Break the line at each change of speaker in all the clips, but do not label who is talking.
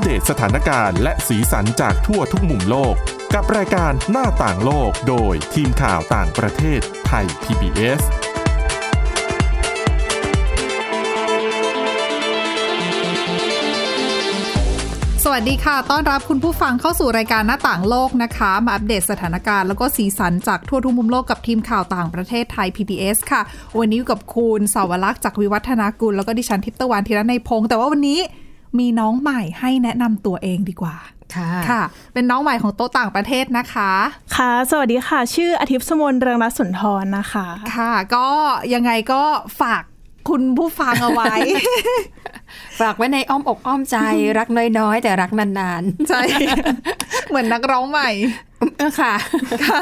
เดตสถานการณ์และสีสันจากทั่วทุกมุมโลก กับรายการหน้าต่างโลกโดยทีมข่าวต่างประเทศไทย PBS
สวัสดีค่ะ ต้อนรับคุณผู้ฟังเข้าสู่รายการหน้าต่างโลกนะคะ มาอัปเดตสถานการณ์แล้วก็สีสันจากทั่วทุกมุมโลกกับทีมข่าวต่างประเทศไทย PBS ค่ะ วันนี้อยู่กับคุณสาวรักษ์จากวิวัฒนากุล แล้วก็ดิฉันทิพย์ตะวันธีรนัยพงศ์แต่ว่าวันนี้มีน้องใหม่ให้แนะนำตัวเองดีกว่า
ค่ะ
ค่ะ เป็นน้องใหม่ของโต๊ะต่างประเทศนะคะ
ค่ะ สวัสดีค่ะ ชื่ออาทิตย์สมนเรืองรัตน์สุนทรนะคะ
ค่ะ ก็ยังไงก็ฝากคุณผู้ฟังเอาไว้
ฝากไว้ในอ้อมอกอ้อม ใจ รักน้อยๆ แต่รักนาน
ใช่ เหมือนนักร้องใหม่
ๆเอ อค่ะ
ค่ะ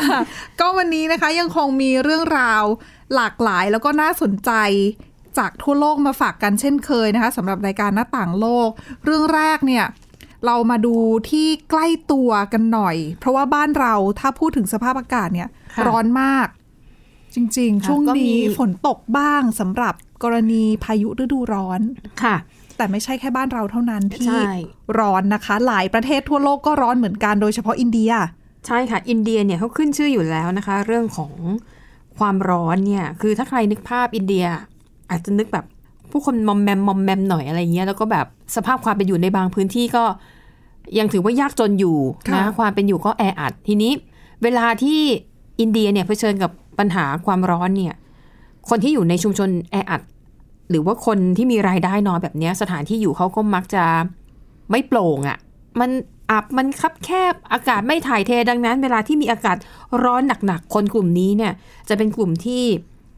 ก็วันนี้นะคะยังคงมีเรื่องราวหลากหลายแล้วก็น่าสนใจจากทั่วโลกมาฝากกันเช่นเคยนะคะสำหรับรายการหน้าต่างโลก เรื่องแรกเนี่ยเรามาดูที่ใกล้ตัวกันหน่อย เพราะว่าบ้านเราถ้าพูดถึงสภาพอากาศเนี่ย
ค่ะ
ร้อนมาก จริงๆ
ค่ะ
ช่วง
ก็มี
นี้ฝนตกบ้างสำหรับกรณีพายุฤดูร้อน
ค่ะ
แต่ไม่ใช่แค่บ้านเราเท่านั้น
ใช่
ที่ร้อนนะคะ หลายประเทศทั่วโลกก็ร้อนเหมือนกันโดยเฉพาะอินเดีย
ใช่ค่ะ อินเดียเนี่ยเขาขึ้นชื่ออยู่แล้วนะคะ เรื่องของความร้อนเนี่ย คือถ้าใครนึกภาพอินเดีย อาจจะนึกแบบผู้คนมอมแมมมอมแมมหน่อยอะไรเงี้ยแล้วก็แบบสภาพความเป็นอยู่ในบางพื้นที่ก็ยังถือว่ายากจนอยู่
ค่ะ
นะความเป็นอยู่ก็แออัดทีนี้ เวลาที่อินเดียเนี่ยเผชิญกับปัญหาความร้อนเนี่ย คนที่อยู่ในชุมชนแออัด หรือว่าคนที่มีรายได้น้อยแบบเนี้ยสถานที่อยู่เขาก็มักจะไม่โปร่งอะ่ะ มันอับมันคับแคบอากาศไม่ถ่ายเทดังนั้น เวลาที่มีอากาศร้อนหนักๆ คนกลุ่มนี้เนี่ย จะเป็นกลุ่มที่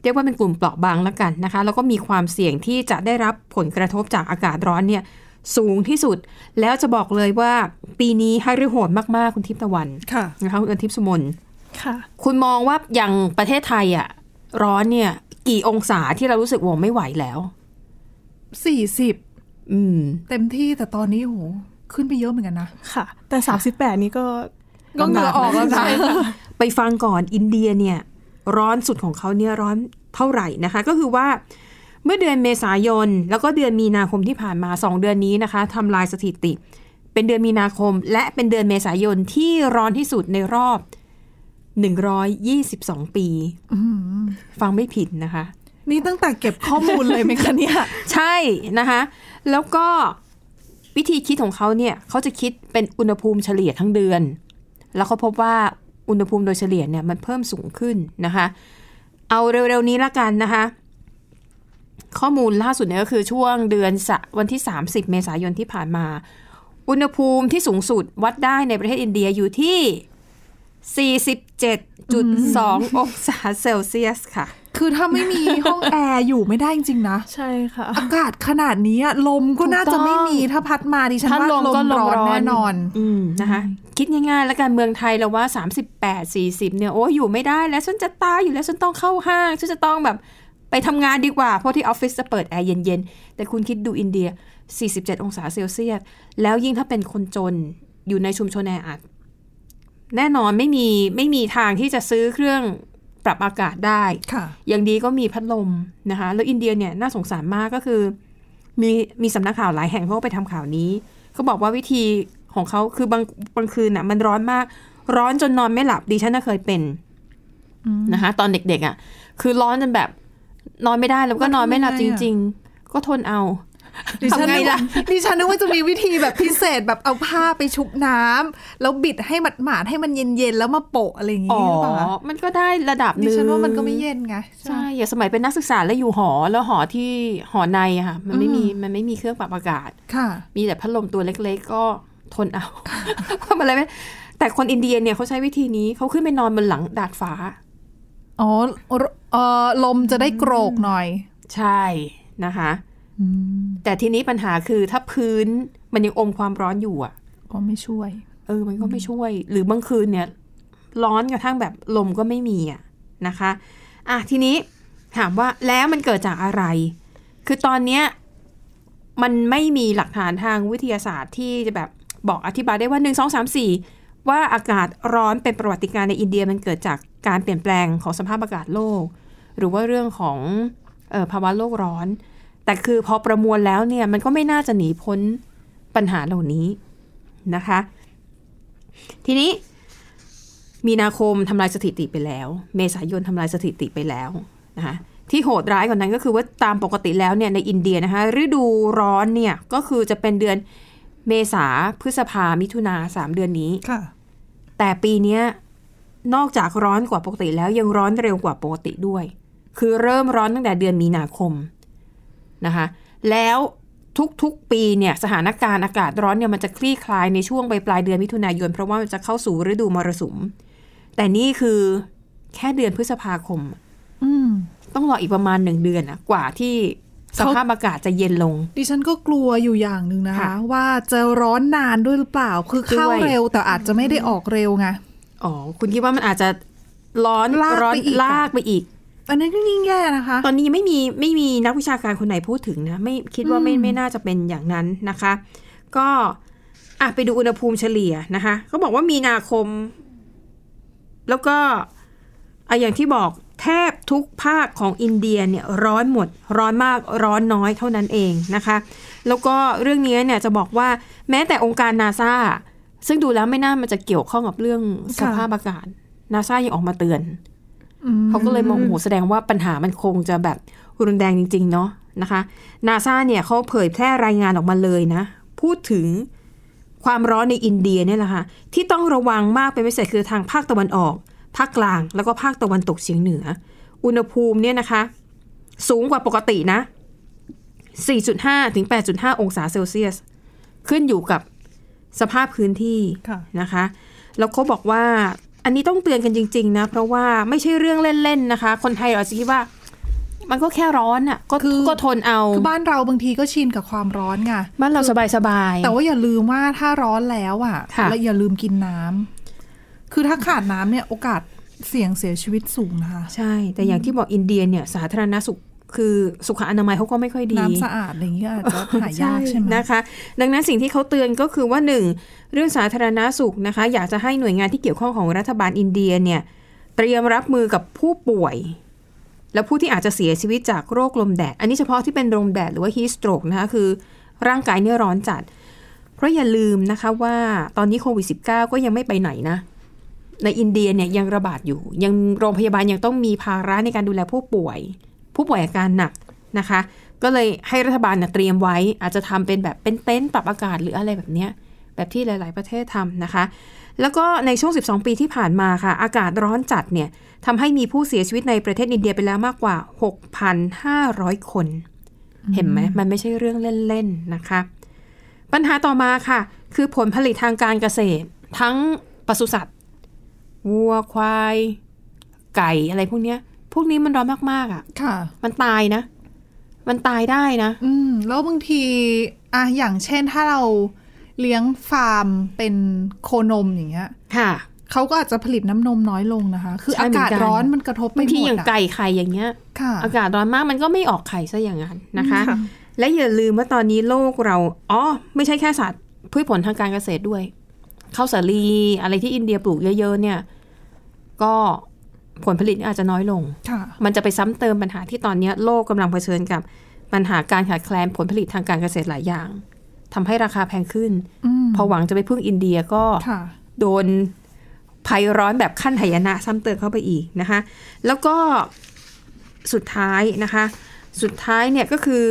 เรียกว่าเป็นกลุ่มเปราะบางแล้วกันนะคะ แล้วก็มีความเสี่ยงที่จะได้รับผลกระทบจากอากาศร้อนเนี่ย สูงที่สุด แล้วจะบอกเลยว่าปีนี้ให้รือโหดมากๆคุณทิพย์ตะวัน
ค่ะ
นะคะคุณอาทิพย์สุมน
ค่ะ
คุณมองว่าอย่างประเทศไทยอะร้อนเนี่ย กี่องศาที่เรารู้สึกว่าไม่ไหวแล้ว
40
อืม
เต็มที่แต่ตอนนี้โหขึ้นไปเยอะเหมือนกันนะ
ค่ะ แต่ 38 นี้ก็
ก็เหงื่อออกแล้วนะ
ไปฟังก่อนอินเดียเนี่ย ร้อนสุดของเขาเนี่ยร้อนเท่าไหร่นะคะ ก็คือว่าเมื่อเดือนเมษายน แล้วก็เดือนมีนาคมที่ผ่านมา 2 เดือนนี้นะคะทำลายสถิติ เป็นเดือนมีนาคม และเป็นเดือนเมษายนที่ร้อนที่สุดในรอบ 122 ปี ฟังไม่ผิดนะคะ
นี่ตั้งแต่เก็บข้อมูลเลยไหมคะเนี่ย
ใช่นะคะ แล้วก็วิธีคิดของเขาเนี่ยเขาจะคิดเป็นอุณหภูมิเฉลี่ยทั้งเดือน แล้วเขาพบว่าอุณหภูมิโดยเฉลี่ยเนี่ยมันเพิ่มสูงขึ้นนะคะ เอาเร็วๆนี้ละกันนะคะ ข้อมูลล่าสุดเนี่ยก็คือช่วงเดือนสะวันที่ 30 เมษายนที่ผ่านมา อุณหภูมิที่สูงสุดวัดได้ในประเทศอินเดียอยู่ที่ 47.2 องศาเซลเซียสค่ะ
คือถ้าไม่มีห้องแอร์อยู่ไม่ได้จริงๆนะ
ใช่ค่ะ
อากาศขนาดนี้อะลมก็น่าจะไม่มีถ้าพัดมาดิฉัน
ถ้า
ว่า
ลม
ล
ก็
ม
ลม
ร้อน
ร้อน
แน่นอน
อืมนะคะคิดง่ายๆ แล้วกันเมืองไทยเราว่า 38 40 เนี่ยโอ้ยอยู่ไม่ได้แล้วฉันจะตายอยู่แล้วฉันต้องเข้าห้างฉันจะต้องแบบไปทำงานดีกว่า เพราะที่ออฟฟิศจะเปิดแอร์เย็นๆ แต่คุณคิดดูอินเดีย 47 องศาเซลเซียส แล้วยิ่งถ้าเป็นคนจนอยู่ในชุมชนแออัด แน่นอนไม่มีไม่มีทางที่จะซื้อเครื่องปรับอากาศได้
ค่ะ
อย่างดีก็มีพัดลมนะคะ แล้วอินเดียเนี่ยน่าสงสารมากก็คือ มีมีสำนักข่าวหลายแห่งเขาก็ไปทำข่าวนี้เขาบอกว่าวิธีของเขาคือบางบางคืนน่ะมันร้อนมาก ร้อนจนนอนไม่หลับดิฉันน่ะเคยเป็นนะคะ ตอนเด็กๆอะ่ะ คือร้อนจนแบบนอนไม่ได้แล้วก็นอนไม่หลับ
แล้ว
จ
ทำไงอะ
ริง ๆ ก็ทนเอา
ดิฉัน
ทำไง
นึกว่า
ล่ะ
ดิฉันนึกว่าจะมีวิธีแบบพิเศษแบบเอาผ้าไปชุบน้ำแล้วบิดให้หมาดๆให้มันเย็นๆแล้วมาโปะอะไรอย่าง
อ๋
งี้
อ
หรือเปล่าคะ
มันก็ได้ระดับห
ดิ
นึ่ง
ฉันว่ามันก็ไม่เย็นไงใช่
ใช่ อย่างสมัยเป็นนักศึกษาแล้วอยู่หอ แล้วหอที่หอในอะค่ะ มันไม่มี
อืม
มันไม่มีเครื่องปรับอากาศ
ค่ะ
มีแต่พัดลมตัวเล็กๆ ก็ทนเอา เพราะมันอะไรไม่แต่คนอินเดียเนี่ยเขาใช้วิธีนี้เขาขึ้นไปนอนบนหลังดาดฟ้า
อ๋อเอ่อลมจะได้โกรกหน่อย
ใช่นะคะ แต่ทีนี้ปัญหาคือถ้าพื้นมันยังอมความร้อนอยู่อะ
ก็ไม่ช่วย
เออ มันก็ไม่ช่วย หรือบางคืนเนี่ย ร้อนกระทั่งแบบลมก็ไม่มีอะนะคะอ่ะทีนี้ถามว่าแล้วมันเกิดจากอะไร คือตอนเนี้ยมันไม่มีหลักฐานทางวิทยาศาสตร์ที่จะแบบบอกอธิบายได้ว่า 1 2 3 4 ว่าอากาศร้อนเป็นประวัติการณ์ในอินเดียมันเกิดจากการเปลี่ยนแปลงของสภาพอากาศโลก หรือว่าเรื่องของเออภาวะโลกร้อน แต่คือพอประมวลแล้วเนี่ยมันก็ไม่น่าจะหนีพ้นปัญหาเหล่านี้ นะคะ ทีนี้มีนาคมทำลายสถิติไปแล้ว เมษายนทำลายสถิติไปแล้วนะคะที่โหดร้ายกว่านั้นก็คือว่าตามปกติแล้วเนี่ยในอินเดียนะคะฤดูร้อนเนี่ยก็คือจะเป็นเดือนเมษาพฤษภามิถุนาสามเดือนนี้
ค่ะ
แต่ปีเนี้ยนอกจากร้อนกว่าปกติแล้วยังร้อนเร็วกว่าปกติด้วย คือเริ่มร้อนตั้งแต่เดือนมีนาคมนะคะ แล้วทุกๆปีเนี่ยสถานการณ์อากาศร้อนเนี่ยมันจะคลี่คลายในช่วงปลายๆเดือนมิถุนายน เพราะว่ามันจะเข้าสู่ฤดูมรสุม แต่นี่คือแค่เดือนพฤษภาคม
อืม
ต้องรออีกประมาณหนึ่งเดือนนะกว่าที่สภาพอากาศจะเย็นลง
ดิฉันก็กลัวอยู่อย่างหนึ่งนะคะ
ค่ะ
ว่าจะร้อนนานด้วยหรือเปล่า คือเข้า
ด้วย
เร็วแต่อาจจะไม่ได้ออกเร็วไง
อ๋อคุณคิดว่ามันอาจจะร้อน
ลาก
ร้อน
ไปอีกอะ
ลากไปอีก
อันนั้นก็ยิ่งแย่นะคะ
ตอนนี้ยังไม่มีไม่มีนักวิชาการคนไหนพูดถึงนะไม่คิดว่าไม่
อืม
ไม่น่าจะเป็นอย่างนั้นนะคะ ก็อ่ะไปดูอุณหภูมิเฉลี่ยนะคะเขาบอกว่ามีนาคม แล้วก็อ่ะอย่างที่บอกแทบทุกภาคของอินเดียเนี่ยร้อนหมด ร้อนมากร้อนน้อยเท่านั้นเองนะคะ แล้วก็เรื่องนี้เนี่ยจะบอกว่าแม้แต่องค์การนาซาซึ่งดูแล้วไม่น่ามันจะเกี่ยวข้องกับเรื่องสภาพอากาศนาซายังออกมาเตือน
อืม
เขาก็เลยมองโอ้โหแสดงว่าปัญหามันคงจะแบบรุนแรงจริง ๆ เนาะนะคะนาซาเนี่ยเขาเผยแพร่รายงานออกมาเลยนะ พูดถึงความร้อนในอินเดียเนี่ยแหละค่ะที่ต้องระวังมากเป็นพิเศษคือทางภาคตะวันออก ภาคกลางแล้วก็ภาคตะวันตกเฉียงเหนือ อุณหภูมิเนี่ยนะคะ สูงกว่าปกตินะ 4.5 ถึง 8.5 องศาเซลเซียส ขึ้นอยู่กับสภาพพื้นที่
ค่ะ
นะคะ แล้วเขาบอกว่าอันนี้ต้องเตือนกันจริง ๆ นะ เพราะว่าไม่ใช่เรื่องเล่น ๆ นะคะ คนไทยเราอาจจะคิดว่า มันก็แค่ร้อนอ่ะก็
คือ
ก็ทนเอา
คือบ้านเราบางทีก็ชินกับความร้อนไง
บ้านเราสบาย
แต่ว่าอย่าลืมว่าถ้าร้อนแล้วอ่ะ
ค่ะ
แล้วอย่าลืมกินน้ำคือถ้าขาดน้ำเนี่ยโอกาสเสี่ยงเสียชีวิตสูงนะคะ
ใช่ แต่อย่างที่บอกอินเดียเนี่ยสาธารณสุขคือสุขอนามัยเขาก็ไม่ค่อยดี
น้ำสะอาดอะไรอย่างเงี้ยอาจจะหายากใช่ไหม
นะคะ ดังนั้นสิ่งที่เขาเตือนก็คือว่าหนึ่งเรื่องสาธารณสุขนะคะ อยากจะให้หน่วยงานที่เกี่ยวข้องของรัฐบาลอินเดียเนี่ยเตรียมรับมือกับผู้ป่วย และผู้ที่อาจจะเสียชีวิตจากโรคลมแดด อันนี้เฉพาะที่เป็นลมแดดหรือว่าฮีสโตรกนะคะคือร่างกายเนี่ยร้อนจัด เพราะอย่าลืมนะคะว่าตอนนี้โควิด -19 ก็ยังไม่ไปไหนนะ ในอินเดียเนี่ยยังระบาดอยู่ ยังโรงพยาบาลยังต้องมีภาระในการดูแลผู้ป่วย ผู้ป่วยอาการหนักนะคะ ก็เลยให้รัฐบาลนะเตรียมไว้ อาจจะทำเป็นแบบเป็นเต็นท์ปรับอากาศหรืออะไรแบบเนี้ยแบบที่หลาย ๆ ประเทศทำนะคะ แล้วก็ในช่วง 12 ปีที่ผ่านมาค่ะ อากาศร้อนจัดเนี่ยทำให้มีผู้เสียชีวิตในประเทศอินเดียไปแล้วมากกว่า 6,500 คน เห็นไหมมันไม่ใช่เรื่องเล่น ๆ นะคะ ปัญหาต่อมาค่ะ คือผลผลิตทางการเกษตร ทั้งปศุสัตว์วัวควาย ไก่อะไรพวกเนี้ย พวกนี้มันร้อนมาก ๆ อ่ะ
ค่ะ
มันตายนะ มันตายได้นะ
อืมแล้วบางทีอ่ะอย่างเช่นถ้าเราเลี้ยงฟาร์มเป็นโคนมอย่างเงี้ย
ค่ะ
เขาก็อาจจะผลิตน้ำนมน้อยลงนะคะ คือ
ใช่
อา
เหมือน
กาศ
กัน
ร้อนมันกระทบไป
บาง
หม
ทีอย่า
ด
ง
อะ
ไก่ไข่อย่างเงี้ย
ค่ะ
อากาศร้อนมากมันก็ไม่ออกไข่ซะอย่างนั้นนะคะ
ค่ะ
และอย่าลืมว่าตอนนี้โลกเรา อ๋อ ไม่ใช่แค่สัตว์พืชผลทางการเกษตรด้วย ข้าวสาลีอะไรที่อินเดียปลูกเยอะ ๆ เนี่ย ก็ผลผลิตอาจจะน้อยลง
ค่ะ
มันจะไปซ้ำเติมปัญหาที่ตอนเนี้ยโลกกำลังเผชิญกับปัญหาการขาดแคลนผลผลิตทางการเกษตรหลายอย่างทำให้ราคาแพงขึ้น
อืม
พอหวังจะไปพึ่งอินเดียก็
ค่ะ
โดนภัยร้อนแบบขั้นหายนะซ้ำเติมเข้าไปอีกนะคะ แล้วก็สุดท้ายนะคะ สุดท้ายเนี่ยก็คือ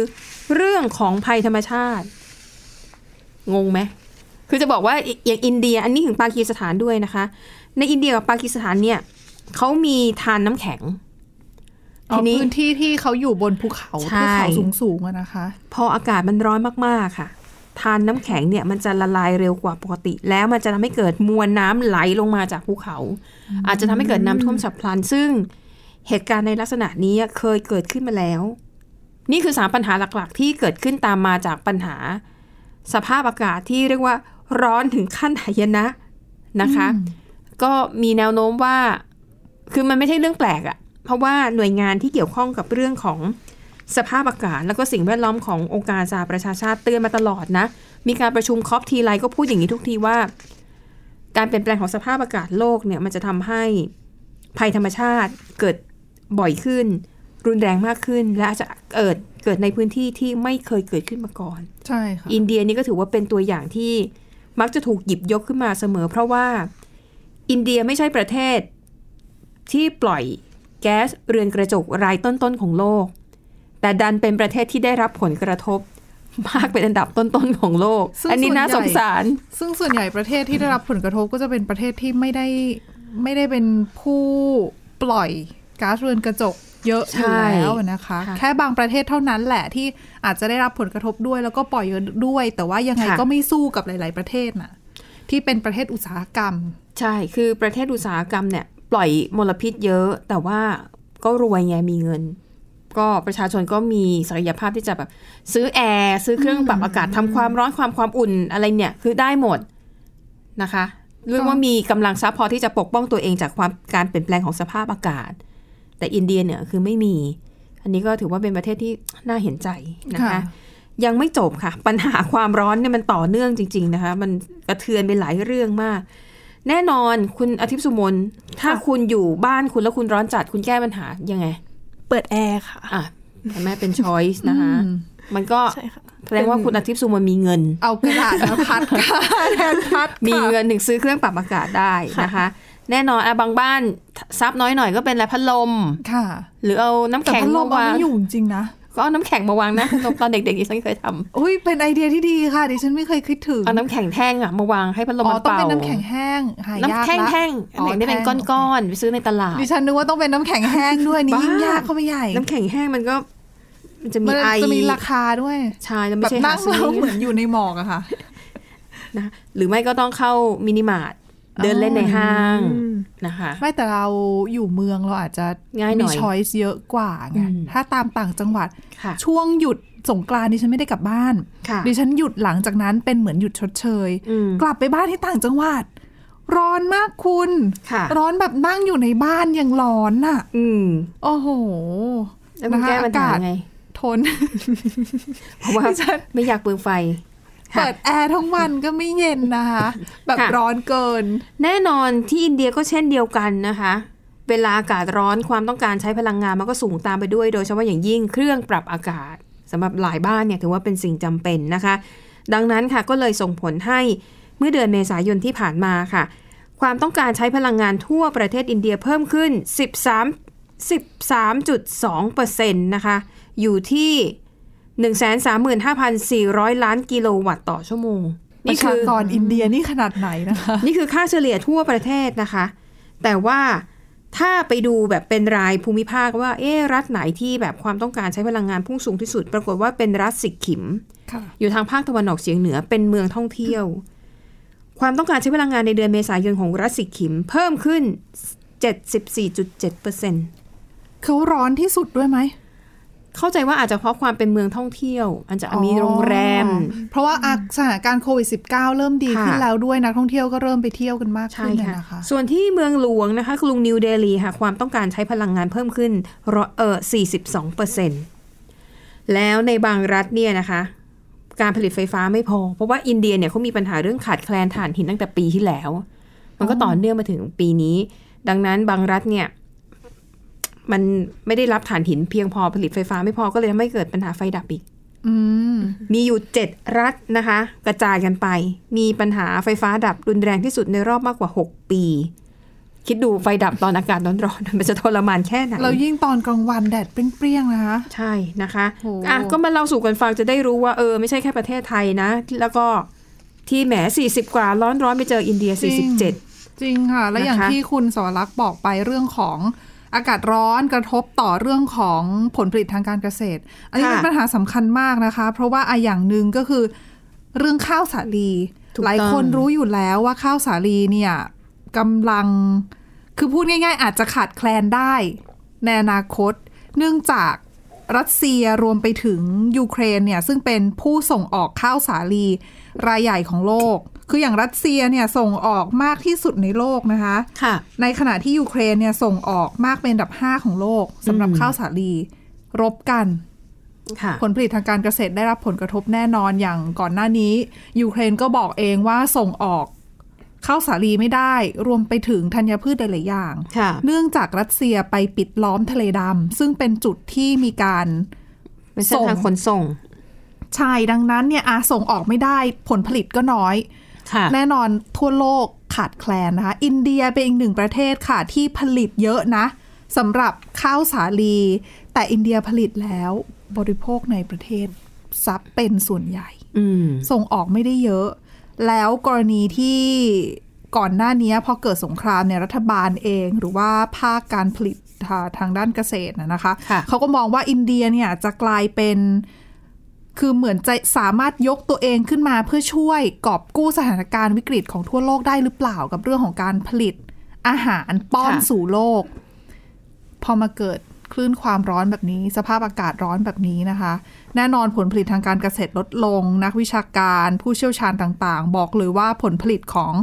เรื่องของภัยธรรมชาติ งงไหม คือจะบอกว่าออย่างอินเดีย อันนี้ถึงปากีสถานด้วยนะคะ ในอินเดียกับปากีสถานเนี่ยเขามีทานน้ำแข็ง
เอาพื้นที่ที่เขาอยู่บนภูเขา
ใช่
ภูเขาสูงสูงๆอะนะคะ
พออากาศมันร้อนมากๆค่ะ ทานน้ำแข็งเนี่ยมันจะละลายเร็วกว่าปกติ แล้วมันจะทำให้เกิดมวลน้ำไหลลงมาจากภูเขา อาจจะทำให้เกิดน้ำท่วมฉับพลัน ซึ่งเหตุการณ์ในลักษณะนี้เคยเกิดขึ้นมาแล้ว นี่คือสามปัญหาหลักๆ ที่เกิดขึ้นตามมาจากปัญหา สภาพอากาศที่เรียกว่าร้อนถึงขั้นหายนะนะคะ ก็มีแนวโน้มว่า คือมันไม่ใช่เรื่องแปลกอะเพราะว่าหน่วยงานที่เกี่ยวข้องกับเรื่องของสภาพอากาศ แล้วก็สิ่งแวดล้อมขององค์การสหประชาชาติเตือนมาตลอดนะ มีการประชุมคอปทีไรก็พูดอย่างนี้ทุกทีว่า การเปลี่ยนแปลงของสภาพอากาศโลกเนี่ยมันจะทำให้ภัยธรรมชาติเกิดบ่อยขึ้น รุนแรงมากขึ้น และอาจจะเกิดเกิดในพื้นที่ที่ไม่เคยเกิดขึ้นมาก่อน
ใช่ค่ะ
อินเดียนี่ก็ถือว่าเป็นตัวอย่างที่ มักจะถูกหยิบยกขึ้นมาเสมอ เพราะว่าอินเดียไม่ใช่ประเทศ ที่ปล่อยแก๊สเรือนกระจกรายต้นๆของโลก แต่ดันเป็นประเทศที่ได้รับผลกระทบ มากเป็นอันดับต้นๆของโลก
ซึ่ง
อันนี้น่า
ส่
ส
วนให
ง
ญ่
สาร
ซึ่งส่วนใหญ่ประเทศที่ได้รับผลกระทบก็จะเป็นประเทศที่ไม่ได้ไม่ได้เป็นผู้ปล่อยก๊าซเรือนกระจกเยอะอยู่
ใช่
แล้วนะคะ
ค่ะ
แค่บางประเทศเท่านั้นแหละที่อาจจะได้รับผลกระทบด้วยแล้วก็ปล่อยเยอะด้วย แต่ว่ายังไง
ค่ะ
ก็ไม่สู้กับหลาย ๆ ประเทศน่ะที่เป็นประเทศอุตสาหกรรม
ใช่ คือประเทศอุตสาหกรรมเนี่ย ปล่อยมลพิษเยอะ แต่ว่าก็รวยไงมีเงิน ก็ประชาชนก็มีศักยภาพที่จะแบบ ซื้อแอร์ซื้อเครื่องปรับอากาศทำความร้อนความความอุ่นอะไรเนี่ย คือได้หมดนะคะเรื่องว่ามีกำลังทรัพย์พอที่จะปกป้องตัวเองจากความการเปลี่ยนแปลงของสภาพอากาศ แต่อินเดียเนี่ยคือไม่มี อันนี้ก็ถือว่าเป็นประเทศที่น่าเห็นใจนะคะ
ค่ะ
ยังไม่จบค่ะ ปัญหาความร้อนเนี่ยมันต่อเนื่องจริง ๆ นะคะ มันกระเทือนไปหลายเรื่องมาก แน่นอนคุณอาทิตย์สุมนถ้าคุณอยู่บ้านคุณแล้วคุณร้อนจัดคุณแก้ปัญหายังไง
เปิดแอร์ค่ะ
อ่ะแต่แม่เป็นช้อยส์นะคะมันก็
ใช่ค่ะ
แสดงว่าคุณอาทิตย์สุมนมีเงิน
เอากระดาษมาพัดค่ะแทนพัด
มี
ค่ะ
เงินถึงซื้อเครื่องปรับอากาศได้นะคะ แน่นอนอ่ะบางบ้านทรัพย์น้อยหน่อยก็เป็นอะไรพัดลม
ค่ะ
หรือเอาน้ำ
แต่
แข็ง
พัดล
มาม
เอา
วาง
ไม่อยู่จริงๆนะ
ก็เอาน้ำแข็งมาวางหนะตอนเด็กๆดิฉันเคยทำ
อุ้ยเป็นไอเดียที่ดีค่ะดิฉันไม่เคยคิดถึง
เอาน้ำแข็งแท่งอะมาวางให้พัดลม
อ๋อ
มัน
ต้อง
เป่า
เป็นน้ำแข็งแห้งหายาก
น้ำ
ละ
แข็งแท่งอันไหนที่เป็น
อ๋อแท่ง
ก้อนๆไปซื้อในตลาด
ดิฉันนึกว่าต้องเป็นน้ำแข็งแห้งด้วยนี่
บ้า
ยิ่งยากเข้าไปใหญ่
น้ำแข็งแห้งมันก็ มันจะมี
มัน
ไอ
จะมีราคาด้วย
ใช่แล้ว
แบบ
ไม่ใช่หา
นั่ง
ซื้
แล้ว
อ
เหมือนอยู่ในหมอกอะค่ะ
นะหรือไม่ก็ต้องเข้ามินิมาร์ทเดินเล่นในห้างนะคะ
ไม่แต่เราอยู่เมืองเราอาจจะ
ง่ายหน่
มี
อย
ช้อยส์เยอะกว่าไง
อืม
ถ้าตามต่างจังหวัด
ค่ะ
ช่วงหยุดสงกรานต์ดิฉันไม่ได้กลับบ้าน
ค่ะ
ดิฉันหยุดหลังจากนั้นเป็นเหมือนหยุดชดเชย
อืม
กลับไปบ้านที่ต่างจังหวัด ร้อนมากคุณ
ค่ะ
ร้อนแบบนั่งอยู่ในบ้านยังร้อนน่ะ
อืม
โอ้โห
แล้วคุณ
ะะ
แก้ปัญหาไง
ทน
เพราะว่า
ดิฉัน
ไม่อยากเปลืองไฟค่ะ
เปิดแอร์ทั้งวันก็ไม่เย็นนะคะ แบบ
ค่ะ
ร้อนเกิน
แน่นอนที่อินเดียก็เช่นเดียวกันนะคะ เวลาอากาศร้อนความต้องการใช้พลังงานมันก็สูงตามไปด้วย โดยเฉพาะอย่างยิ่งเครื่องปรับอากาศสำหรับหลายบ้านเนี่ยถือว่าเป็นสิ่งจำเป็นนะคะ ดังนั้นค่ะก็เลยส่งผลให้เมื่อเดือนเมษายนที่ผ่านมาค่ะ ความต้องการใช้พลังงานทั่วประเทศอินเดียเพิ่มขึ้น 13 13.2%นะคะ อยู่ที่ 135,400 ล้านกิโลวัตต์ต่อชั่วโมง
ประชากรอินเดียนี่ขนาดไหนนะคะ
นี่คือค่าเฉลี่ยทั่วประเทศนะคะ แต่ว่าถ้าไปดูแบบเป็นรายภูมิภาคว่า เอ๊ะรัฐไหนที่แบบความต้องการใช้พลังงานพุ่งสูงที่สุด ปรากฏว่าเป็นรัฐสิกขิม
ค่ะ
อยู่ทางภาคตะวันออกเฉียงเหนือเป็นเมืองท่องเที่ยว ความต้องการใช้พลังงานในเดือนเมษายนของรัฐสิกขิม เพิ่มขึ้น 74.7%
เขาร้อนที่สุดด้วยไหม
เข้าใจว่าอาจจะเพราะความเป็นเมืองท่องเที่ยวอาจจะมีโรงแรม
อ๋อเพราะว่าอ่ะสถานการณ์โควิด -19 เริ่มดี
ค่ะ
ขึ้นแล้วด้วยนักท่องเที่ยวก็เริ่มไปเที่ยวกันมาก
ใช่
ขึ้น
ค่ะ
นะคะ
ส่วนที่เมืองหลวงนะคะกรุงนิวเดลีค่ะ ความต้องการใช้พลังงานเพิ่มขึ้นร้อยเออ42เปอร์เซ็นแล้วในบางรัฐเนี่ยนะคะ การผลิตไฟฟ้าไม่พอ เพราะว่าอินเดียเนี่ยเขามีปัญหาเรื่องขาดแคลนถ่านหินตั้งแต่ปีที่แล้ว มันก็ต่อเนื่องมาถึงปีนี้ ดังนั้นบางรัฐเนี่ย มันไม่ได้รับถ่านหินเพียงพอผลิตไฟฟ้าไม่พอก็เลยทำให้เกิดปัญหาไฟดับอีก
อืม
มีอยู่ 7 รัฐนะคะ กระจายกันไป มีปัญหาไฟฟ้าดับรุนแรงที่สุดในรอบมากกว่า 6 ปี คิดดูไฟดับตอนอากาศร้อนๆ มันจะทรมานแค่ไหน
เรายิ่งตอนกลางวันแดดเปรี้ยงๆนะคะ
ใช่นะคะ
โห
อ่ะก็มาเล่าสู่กันฟังจะได้รู้ว่าเออ ไม่ใช่แค่ประเทศไทยนะ แล้วก็ที่แหม 40 กว่าร้อนๆ ไปเจออินเดีย 47
จริงค่ะ และอย่าง
นะคะ
ที่คุณสวรักษ์บอกไปเรื่องของอากาศร้อนกระทบต่อเรื่องของผลผลิตทางการเกษตร อันนี้
ค่ะ
เป็นปัญหาสำคัญมากนะคะ เพราะว่าอะอย่างหนึ่งก็คือ เรื่องข้าวสาลี
ถูก
หลาย
ต้อง
คนรู้อยู่แล้วว่าข้าวสาลีเนี่ยกำลังคือพูดง่ายๆ อาจจะขาดแคลนได้ในอนาคต เนื่องจากรัสเซียรวมไปถึงยูเครนเนี่ยซึ่งเป็นผู้ส่งออกข้าวสาลี รายใหญ่ของโลก คืออย่างรัสเซียเนี่ยส่งออกมากที่สุดในโลกนะคะ
ค่ะ
ในขณะที่ยูเครนเนี่ยส่งออกมากเป็นอันดับ 5 ของโลกสำหรับข้าวสาลี รบกัน
ค่ะ
ผลผลิตทางการเกษตรได้รับผลกระทบแน่นอนอย่างก่อนหน้านี้ ยูเครนก็บอกเองว่าส่งออกข้าวสาลีไม่ได้ รวมไปถึงธัญพืชหลายๆอย่าง
ค่ะ
เนื่องจากรัสเซียไปปิดล้อมทะเลดำซึ่งเป็นจุดที่มีการ
เป็นเส้นทางขนส่ง
ใช่ดังนั้นเนี่ยอาส่งออกไม่ได้ผลผลิตก็น้อย
ค่ะ
แน่นอนทั่วโลกขาดแคลนนะคะ อินเดียเป็นอีกหนึ่งประเทศค่ะ ที่ผลิตเยอะนะสำหรับข้าวสาลี แต่อินเดียผลิตแล้วบริโภคในประเทศซับเป็นส่วนใหญ่
อืม
ส่งออกไม่ได้เยอะ แล้วกรณีที่ก่อนหน้านี้พอเกิดสงครามเนี่ยรัฐบาลเอง หรือว่าภาคการผลิตทาทางด้านเกษตรนะนะคะ
ค่ะ
เขาก็มองว่าอินเดียเนี่ยจะกลายเป็นคือเหมือนจะสามารถยกตัวเองขึ้นมาเพื่อช่วยกอบกู้สถานการณ์วิกฤตของทั่วโลกได้หรือเปล่ากับเรื่องของการผลิตอาหารป้อนสู่โลก พอมาเกิดคลื่นความร้อนแบบนี้ สภาพอากาศร้อนแบบนี้นะคะ แน่นอนผลผลิตทางการเกษตรลดลง นักวิชาการ ผู้เชี่ยวชาญต่างๆ บอกเลยว่าผลผลิตของ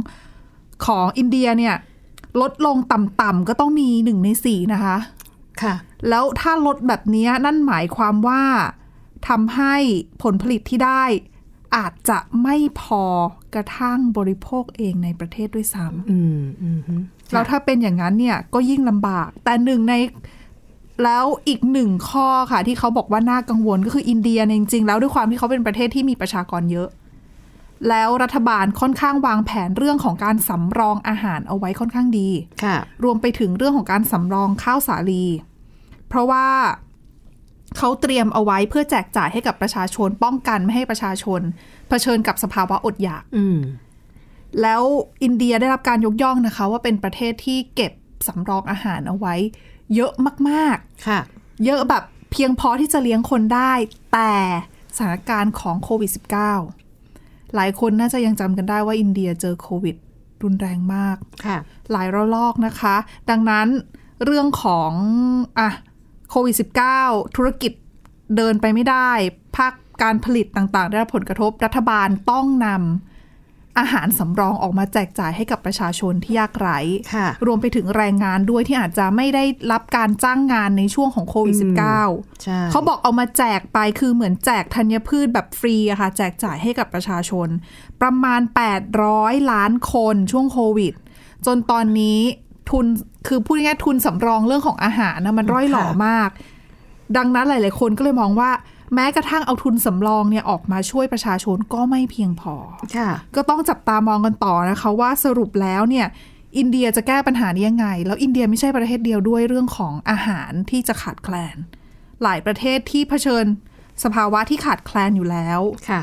ของอินเดียเนี่ยลดลงต่ำๆก็ต้องมีหนึ่งในสี่นะคะ
ค่ะ
แล้วถ้าลดแบบนี้นั่นหมายความว่าทำให้ผลผลิตที่ได้ อาจจะไม่พอกระทั่งบริโภคเองในประเทศด้วยซ้ำ
อืมอืมฮึ
แล้วถ้าเป็นอย่างนั้นเนี่ยก็ยิ่งลำบาก แต่หนึ่งในแล้วอีกหนึ่งข้อค่ะ ที่เขาบอกว่าน่ากังวลก็คืออินเดียเนี่ยจริงๆ แล้วด้วยความที่เขาเป็นประเทศที่มีประชากรเยอะ แล้วรัฐบาลค่อนข้างวางแผนเรื่องของการสำรองอาหารเอาไว้ค่อนข้างดี
ค่ะ
รวมไปถึงเรื่องของการสำรองข้าวสาลี เพราะว่าเขาเตรียมเอาไว้เพื่อแจกจ่ายให้กับประชาชน ป้องกันไม่ให้ประชาชน เผชิญกับสภาวะอดอยาก
อืม
แล้วอินเดียได้รับการยกย่องนะคะ ว่าเป็นประเทศที่เก็บสำรองอาหารเอาไว้ เยอะมาก
ค่ะ
ๆ เยอะแบบเพียงพอที่จะเลี้ยงคนได้ แต่สถานการณ์ของโควิด -19 หลายคนน่าจะยังจำกันได้ว่าอินเดียเจอโควิด รุนแรงมาก
ค่ะ
หลายระลอกนะคะ ดังนั้นเรื่องของอะโควิด -19 ธุรกิจเดินไปไม่ได้ ภาคการผลิตต่างๆ ได้รับผลกระทบรัฐบาลต้องนำอาหารสำรองออกมาแจกจ่ายให้กับประชาชนที่ยากไร้
ค่ะ
รวมไปถึงแรงงานด้วยที่อาจจะไม่ได้รับการจ้างงานในช่วงของโควิด
อื
-19
ใช่
เขาบอกเอามาแจกไปคือเหมือนแจกธัญพืชแบบฟรีอะค่ะ แจกจ่ายให้กับประชาชน ประมาณ 800 ล้านคนช่วงโควิด จนตอนนี้ทุนคือพูดง่ายๆทุนสำรองเรื่องของอาหารนะมันร่อยหล่อมาก ดังนั้นหลาย ๆ คนก็เลยมองว่า แม้กระทั่งเอาทุนสำรองเนี่ยออกมาช่วยประชาชนก็ไม่เพียงพอ
ค่ะ
ก็ต้องจับตามองกันต่อนะคะว่าสรุปแล้วเนี่ยอินเดียจะแก้ปัญหานี้ยังไง แล้วอินเดียไม่ใช่ประเทศเดียวด้วยเรื่องของอาหารที่จะขาดแคลน หลายประเทศที่เผชิญสภาวะที่ขาดแคลนอยู่แล้ว
ค่ะ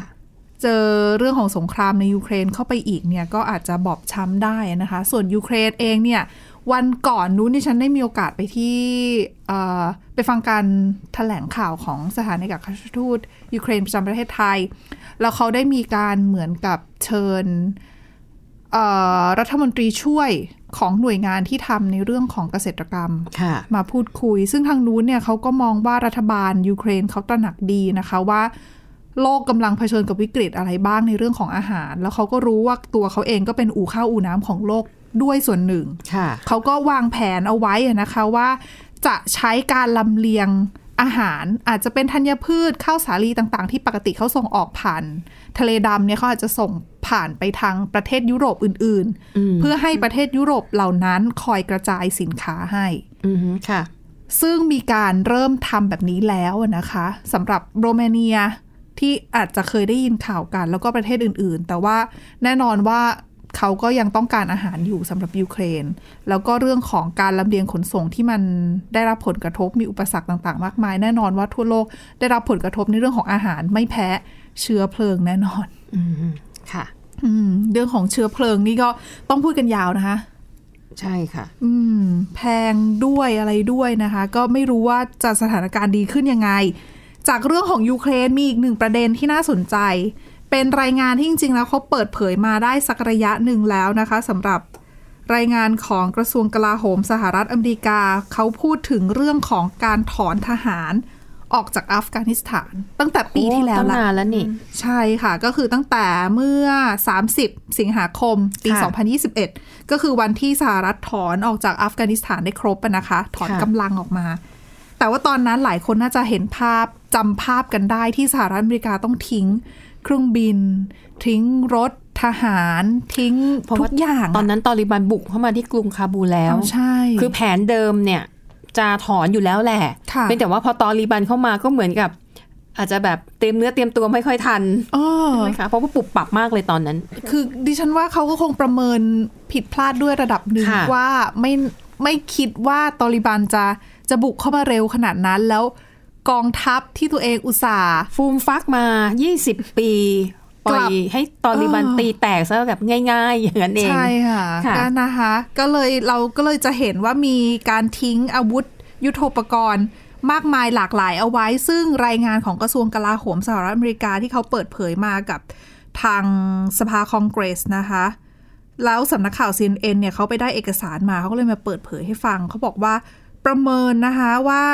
เจอเรื่องของสงครามในยูเครนเข้าไปอีกเนี่ยก็อาจจะบอบช้ำได้นะคะ ส่วนยูเครนเองเนี่ยวันก่อนนู้นที่ฉันได้มีโอกาสไปที่เอ่อไปฟังการแถลงข่าวของสถานเอกอัครราชทูตยูเครนประจำประเทศไทย แล้วเขาได้มีการเหมือนกับเชิญเอ่อรัฐมนตรีช่วยของหน่วยงานที่ทำในเรื่องของเกษตรกรรม
ค่ะ
มาพูดคุย ซึ่งทางนู้นเนี่ยเขาก็มองว่ารัฐบาลยูเครนเขาตระหนักดีนะคะว่า โลกกำลังเผชิญกับวิกฤตอะไรบ้างในเรื่องของอาหาร แล้วเขาก็รู้ว่าตัวเขาเองก็เป็นอู่ข้าวอู่น้ำของโลกด้วยส่วนหนึ่ง
ค่ะ
เขาก็วางแผนเอาไว้อะนะคะว่า จะใช้การลำเลียงอาหาร อาจจะเป็นธัญพืชข้าวสาลีต่างๆ ที่ปกติเขาส่งออกผ่าน ทะเลดำเนี่ยเขาอาจจะส่งผ่านไปทางประเทศยุโรปอื่นๆ เพื่อให้ประเทศยุโรปเหล่านั้นคอยกระจายสินค้าให้
อือฮึค่ะ
ซึ่งมีการเริ่มทำแบบนี้แล้วนะคะสำหรับโรมาเนียที่อาจจะเคยได้ยินข่าวกัน แล้วก็ประเทศอื่นๆ แต่ว่าแน่นอนว่าเขาก็ยังต้องการอาหารอยู่สำหรับยูเครน แล้วก็เรื่องของการลำเลียงขนส่งที่มันได้รับผลกระทบมีอุปสรรคต่างๆ มากมาย แน่นอนว่าทั่วโลกได้รับผลกระทบในเรื่องของอาหารไม่แพ้เชื้อเพลิงแน่นอน
อือฮึค่ะ
อืมเรื่องของเชื้อเพลิงนี่ก็ต้องพูดกันยาวนะคะ
ใช่ค่ะ
อืมแพงด้วยอะไรด้วยนะคะ ก็ไม่รู้ว่าจะสถานการณ์ดีขึ้นยังไง จากเรื่องของยูเครนมีอีกหนึ่งประเด็นที่น่าสนใจ เป็นรายงานที่จริงๆแล้วเขาเปิดเผยมาได้สักระยะหนึ่งแล้วนะคะสำหรับรายงานของกระทรวงกลาโหมสหรัฐอเมริกา เขาพูดถึงเรื่องของการถอนทหารออกจากอัฟกานิสถาน ตั้งแต่ปีที่แล้ว
ตั้ง
ละ
นานแล้วนี่
ใช่ค่ะก็คือตั้งแต่เมื่อ 30 สิงหาคม ปี
ค่ะ
2021 ก็คือวันที่สหรัฐถอนออกจากอัฟกานิสถานได้ครบอะนะคะ ถอน
ค่ะ
กำลังออกมา แต่ว่าตอนนั้นหลายคนน่าจะเห็นภาพจำภาพกันได้ที่สหรัฐอเมริกาต้องทิ้ง เครื่องบิน ทิ้งรถทหารทิ้ง
เพราะ
ทุ
ว่าก
อย่าง
ตอนนั้นตอริบันบุกเข้ามาที่กรุงคาบูแล้ว
เอาใช่
คือแผนเดิมเนี่ย จะถอนอยู่แล้วแหละ
ค่ะ
เป็นแต่ว่าพอตอริบันเข้ามาก็เหมือนกับ อาจจะแบบเตรียมเนื้อเตรียมตัวไม่ค่อยทัน
อ๋อ
ใช่ไหมคะเพราะว่าปรับปรับมากเลยตอนนั้น
คือดิฉันว่าเขาก็คงประเมินผิดพลาดด้วยระดับหนึ่ง
ค่ะ
ว่าไม่ไม่คิดว่าตอริบันจะจะบุกเข้ามาเร็วขนาดนั้น แล้วกองทัพที่ตัวเองอุตส่าห์
ฟูมฟักมา 20 ปีปล่อยให้ตอริบัน
เออ
ตีแตกซะแบบง่าย ๆ อย่างนั้นเอง
ใช่ค่ะ
ค่ะ
ก็นะคะก็เลยเราก็เลยจะเห็นว่ามีการทิ้งอาวุธยุโทโธปกรณ์มากมายหลากหลายเอาไว้ ซึ่งรายงานของกระทรวงกลาโหมสหรัฐอเมริกาที่เขาเปิดเผยมากับทางสภาคองเกรสนะคะ แล้วสำนักข่าว CNN เนี่ยเขาไปได้เอกสารมาเขาก็เลยมาเปิดเผยให้ฟัง เขาบอกว่าประเมินนะคะว่า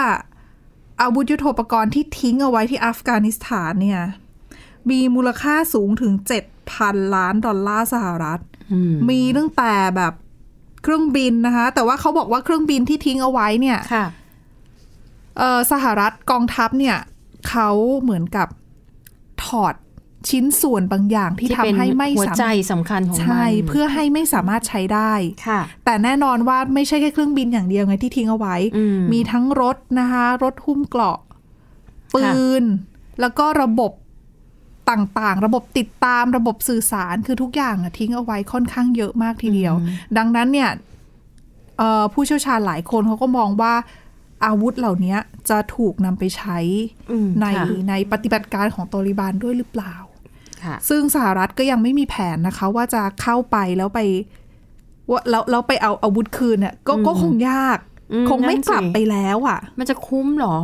อาวุธยุโทโธปกรณ์ที่ทิ้งเอาไว้ที่อัฟกานิสถานเนี่ยมีมูลค่าสูงถึง 7,000 ล้านดอลลาร์สหรัฐ
อืม
มีตั้งแต่แบบเครื่องบินนะคะ แต่ว่าเขาบอกว่าเครื่องบินที่ทิ้งเอาไว้เนี่ย
ค่ะ
เอ่อสหรัฐกองทัพเนี่ยเขาเหมือนกับถอดชิ้นส่วนบางอย่างที่
เป็น
ทำให้ไม่
หัว
สา
ใจ
มารถ
สำคัญของมัน
ใช่เพื่อให้ไม่สามารถใช้ได้
ค่ะ
แต่แน่นอนว่าไม่ใช่แค่เครื่องบินอย่างเดียวไงที่ทิ้งเอาไว้
อืม
มีทั้งรถนะคะ รถหุ้มเกราะ ปื
ค่ะ
น แล้วก็ระบบต่างๆ ระบบติดตามระบบสื่อสารคือทุกอย่างอะทิ้งเอาไว้ค่อนข้างเยอะมากทีเดียว ดังนั้นเนี่ยเอ่อผู้เชี่ยวชาญหลายคนเขาก็มองว่าอาวุธเหล่านี้จะถูกนำไปใช้
อืม
ใน
ค่ะ
ในปฏิบัติการของตอริบานด้วยหรือเปล่า
ค่ะ
ซึ่งสหรัฐก็ยังไม่มีแผนนะคะ ว่าจะเข้าไปแล้วไปว่าแล้วแล้วไปเอาอาวุธคืนเนี่ยก็
อืม
ก็คงยาก
อืม
คงไม่
นั่น
ก
สิ
ลับไปแล้วอ่ะ
มันจะคุ้มเหรอ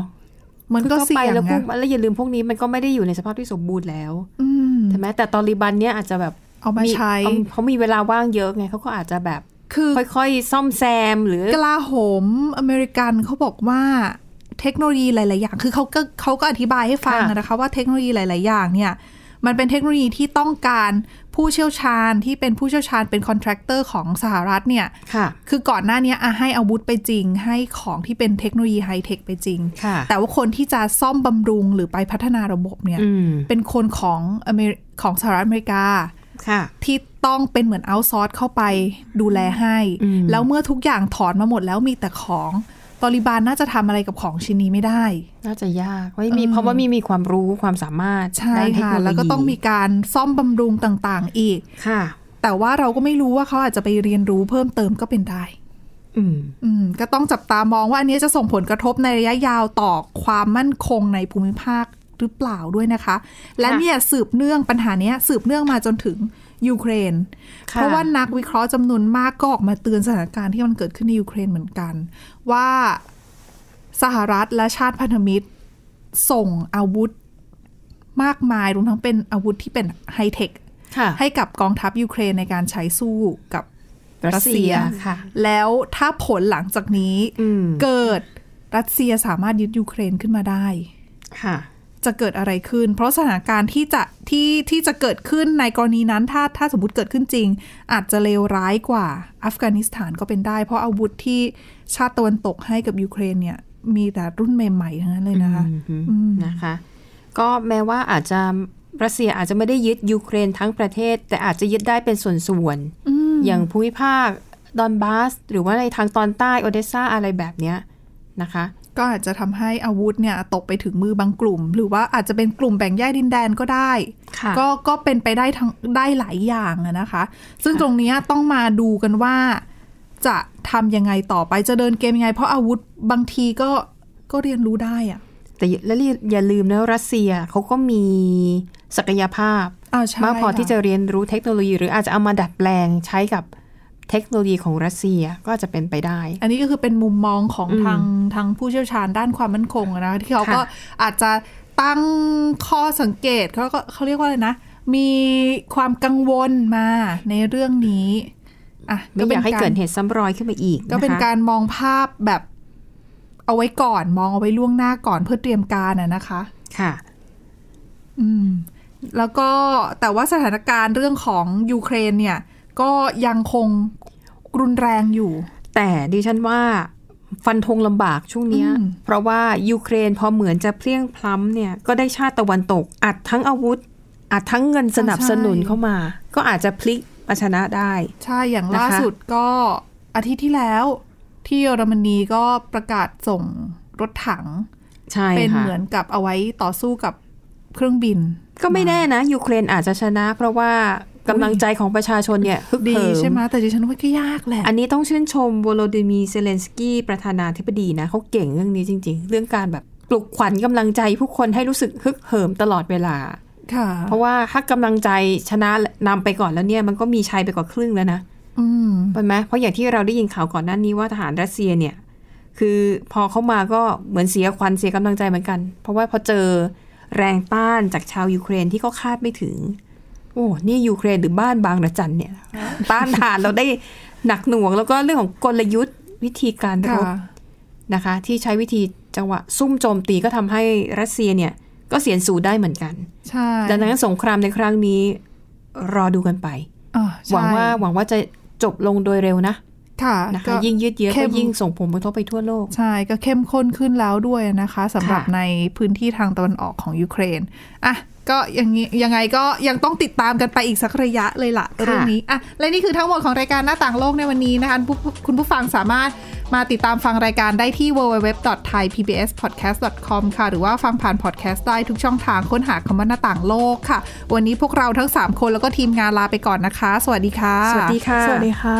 มันก็
คือข้า
เสี่ยง
ไปแล้วพว
นะ
กแล้วอย่าลืมพวกนี้มันก็ไม่ได้อยู่ในสภาพที่สมบูรณ์แล้ว
อืม
ใช่ไหมแต่ตอริบันเนี่ยอาจจะแบบ
เอามาใช้
เอเขามีเวลาว่างเยอะไงเขาก็อาจจะแบบ
คือ
ค่อยๆ ซ่อมแซมหรือ
กลาโหมอเมริกันเขาบอกว่าเทคโนโลยีหลาย ๆ อย่าง คือเขาก็เขาก็อธิบายให้ฟัง
ค่ะ
นะคะ ว่าเทคโนโลยีหลาย ๆ อย่างเนี่ย มันเป็นเทคโนโลยีที่ต้องการผู้เชี่ยวชาญที่เป็นผู้เชี่ยวชาญเป็นคอนแทรคเตอร์ของสหรัฐเนี่ย
ค่ะ
คือก่อนหน้านี้อะให้อาวุธไปจริง ให้ของที่เป็นเทคโนโลยีไฮเทคไปจริง
ค่ะ
แต่ว่าคนที่จะซ่อมบำรุงหรือไปพัฒนาระบบเนี่ย
อืม
เป็นคนของอเมริของสหรัฐอเมริกา
ค่ะ
ที่ต้องเป็นเหมือนเอาซอร์สเข้าไปดูแลให้
อืม
แล้วเมื่อทุกอย่างถอนมาหมดแล้วมีแต่ของตอริบานน่าจะทำอะไรกับของชิ้นนี้ไม่ได้
น่าจะยากไม่มีเพราะว่ามีมีความรู้ความสามารถ
ใช่
ด้านเท
ค่ะ
โนโยี
แล้วก็ต้องมีการซ่อมบำรุงต่างๆ อีก
ค่ะ
แต่ว่าเราก็ไม่รู้ว่าเขาอาจจะไปเรียนรู้เพิ่มเติมก็เป็นได้
อืม
อืมก็ต้องจับตามองว่าอันเนี้ยจะส่งผลกระทบในระยะยาวต่อความมั่นคงในภูมิภาคหรือเปล่าด้วยนะคะ และ
ค่ะ
เนี่ยสืบเนื่องปัญหาเนี้ยสืบเนื่องมาจนถึงยูเครน
ค่ะ
เพราะว่านักวิเคราะห์จำนวนมากก็ออกมาเตือนสถานการณ์ที่มันเกิดขึ้นในยูเครนเหมือนกัน ว่าสหรัฐและชาติพันธมิตรส่งอาวุธมากมายรวมทั้งเป็นอาวุธที่เป็นไฮเทค
ค่ะ
ให้กับกองทัพยูเครนในการใช้สู้กับ รั
รั
ส
ส
เซี
เซี
ย
ยค่ะ
แล้วถ้าผลหลังจากนี้
อืม
เกิดรัสเซียสามารถยึดยูเครนขึ้นมาได้
ค่ะ
จะเกิดอะไรขึ้น เพราะสถานการณ์ที่จะที่ที่จะเกิดขึ้นในกรณีนั้น ถ้าถ้าสมมติเกิดขึ้นจริง อาจจะเลวร้ายกว่าอัฟกานิสถานก็เป็นได้ เพราะอาวุธที่ชาติตะวันตกให้กับยูเครนเนี่ย มีแต่รุ่นใหม่ๆทั้งนั้นเลยนะคะ
อืม
อืม
นะคะ ก็แม้ว่าอาจจะรัสเซียอาจจะไม่ได้ยึดยูเครนทั้งประเทศ แต่อาจจะยึดได้เป็นส่วนๆอย่างภูมิภาคดอนบาส หรือว่าในทางตอนใต้โอเดสซาอะไรแบบเนี้ยนะคะ
ก็อาจจะทำให้อาวุธเนี่ยตกไปถึงมือบางกลุ่ม หรือว่าอาจจะเป็นกลุ่มแบ่งแยกดินแดนก็ได้
ค่ะ
ก็ก็เป็นไปได้ทั้งได้หลายอย่างอะนะคะ ซึ่งตรงเนี้ยต้องมาดูกันว่าจะทำยังไงต่อไปจะเดินเกมยังไง เพราะอาวุธบางทีก็ก็เรียนรู้ได้อะ
แต่อย่าแล้วอย่าลืมนะรัสเซียเขาก็มีศักยภาพ
อ่าใช่
มากพอที่จะ
ค่
เรียนรู้เทคโนโลยี หรืออาจจะเอามาดัดแปลงใช้กับเทคโนโลยีของรัสเซียก็อาจจะเป็นไปได้
อันนี้ก็คือเป็นมุมมองของ
อืม
ทางทางผู้เชี่ยวชาญด้านความมั่นคงอะนะที่เขา
ค่ะ
ก็อาจจะตั้งข้อสังเกตเขาก็เขาเรียกว่าอะไรนะ มีความกังวลมาในเรื่องนี้อ่ะ
ไม่อยากให้
ป็น
เกิดเหตุซ้ำรอยขึ้นมาอีก
ก็เป็นะคะ การมองภาพแบบเอาไว้ก่อนมองเอาไว้ล่วงหน้าก่อนเพื่อเตรียมการอะนะคะ
ค่ะ
อืม แล้วก็แต่ว่าสถานการณ์เรื่องของยูเครนเนี่ย ก็ยังคงรุนแรงอยู่
แต่ดิฉันว่าฟันธงลำบากช่วงเนี้ย
อืม
เพราะว่ายูเครนพอเหมือนจะเพลี่ยงพล้ำเนี่ยก็ได้ชาติตะวันตก อัดทั้งอาวุธ อัดทั้งเงินสนับสนุนเข้ามา ก็อาจจะพลิกมาชนะได้
ใช่อย่าง
นะคะ
ล่าสุดก็อาทิตย์ที่แล้ว ที่เยอรมนีก็ประกาศส่งรถถัง
ใช่
เป็น
ค่ะ
เหมือนกับเอาไว้ต่อสู้กับ เครื่องบิน
ก็ไม่แน่นะ ยูเครนอาจจะชนะ เพราะว่ากำลังใจของประชาชนเนี่ยฮึก
ดี
เหิ
ใช่
ม
ไหมแต่ดิฉันว่าก็ยากแหละ
อันนี้ต้องชื่นชมโวโลดิมีเซเลนสกี้ประธานาธิบดีนะเขาเก่งเรื่องนี้จริง ๆ เรื่องการแบบปลุกขวัญกำลังใจผู้คนให้รู้สึกฮึกเหิมตลอดเวลา
ค่ะ
เพราะว่าถ้ากำลังใจชนะนำไปก่อนแล้วเนี่ยมันก็มีชัยไปกว่าครึ่งแล้วนะ
อืม
เป็นไหมเพราะอย่างที่เราได้ยินข่าวก่อนหน้านี้ว่าทหารรัสเซียเนี่ย คือพอเข้ามาก็เหมือนเสียขวัญเสียกำลังใจเหมือนกัน เพราะว่าพอเจอแรงต้านจากชาวยูเครนที่ก็คาดไม่ถึง โอ้นี่ยูเครนหรือบ้านบางระจัน เนี่ย ต้านทานเราได้หนักหน่วง แล้วก็เรื่องของกลยุทธ์วิธีการร
ค่ะ
บนะคะ ที่ใช้วิธีจังหวะซุ่มโจมตีก็ทำให้รัสเซียเนี่ย ก็เสียสูญได้เหมือนกัน
ใช่
ดังนั้นสงครามในครั้งนี้รอดูกันไป
อ่ะใช่
หวังว่าหวังว่าจะจบลงโดยเร็วนะ
ค่ะ
นะคะ
ก็
ยิ่งยืดเยื้อ
เข้
ก็
ม
ยิ่งส่งผลกระทบไปทั่วโลก
ใช่ก็เข้มข้นขึ้นแล้วด้วยนะคะสำหรับ
ค่ะ
ในพื้นที่ทางตะวันออกของยูเครนอ่ะก็ยังงี้ยังไงก็ยังต้องติดตามกันไปอีกสักระยะเลยล่ะเรื่องนี้อ่ะและนี่คือทั้งหมดของรายการหน้าต่างโลกในวันนี้นะคะผู้คุณผู้ฟังสามารถมาติดตามฟังรายการได้ที่ www.thaipbspodcast.com ค่ะ หรือว่าฟังผ่านพอดแคสต์ได้ทุกช่องทางค้นหาคำว่าหน้าต่างโลกค่ะ วันนี้พวกเราทั้งสามคนแล้วก็ทีมงานลาไปก่อนนะคะ สวัสดีค่ะ
สวัสดีค่ะ
สวัสดีค่ะ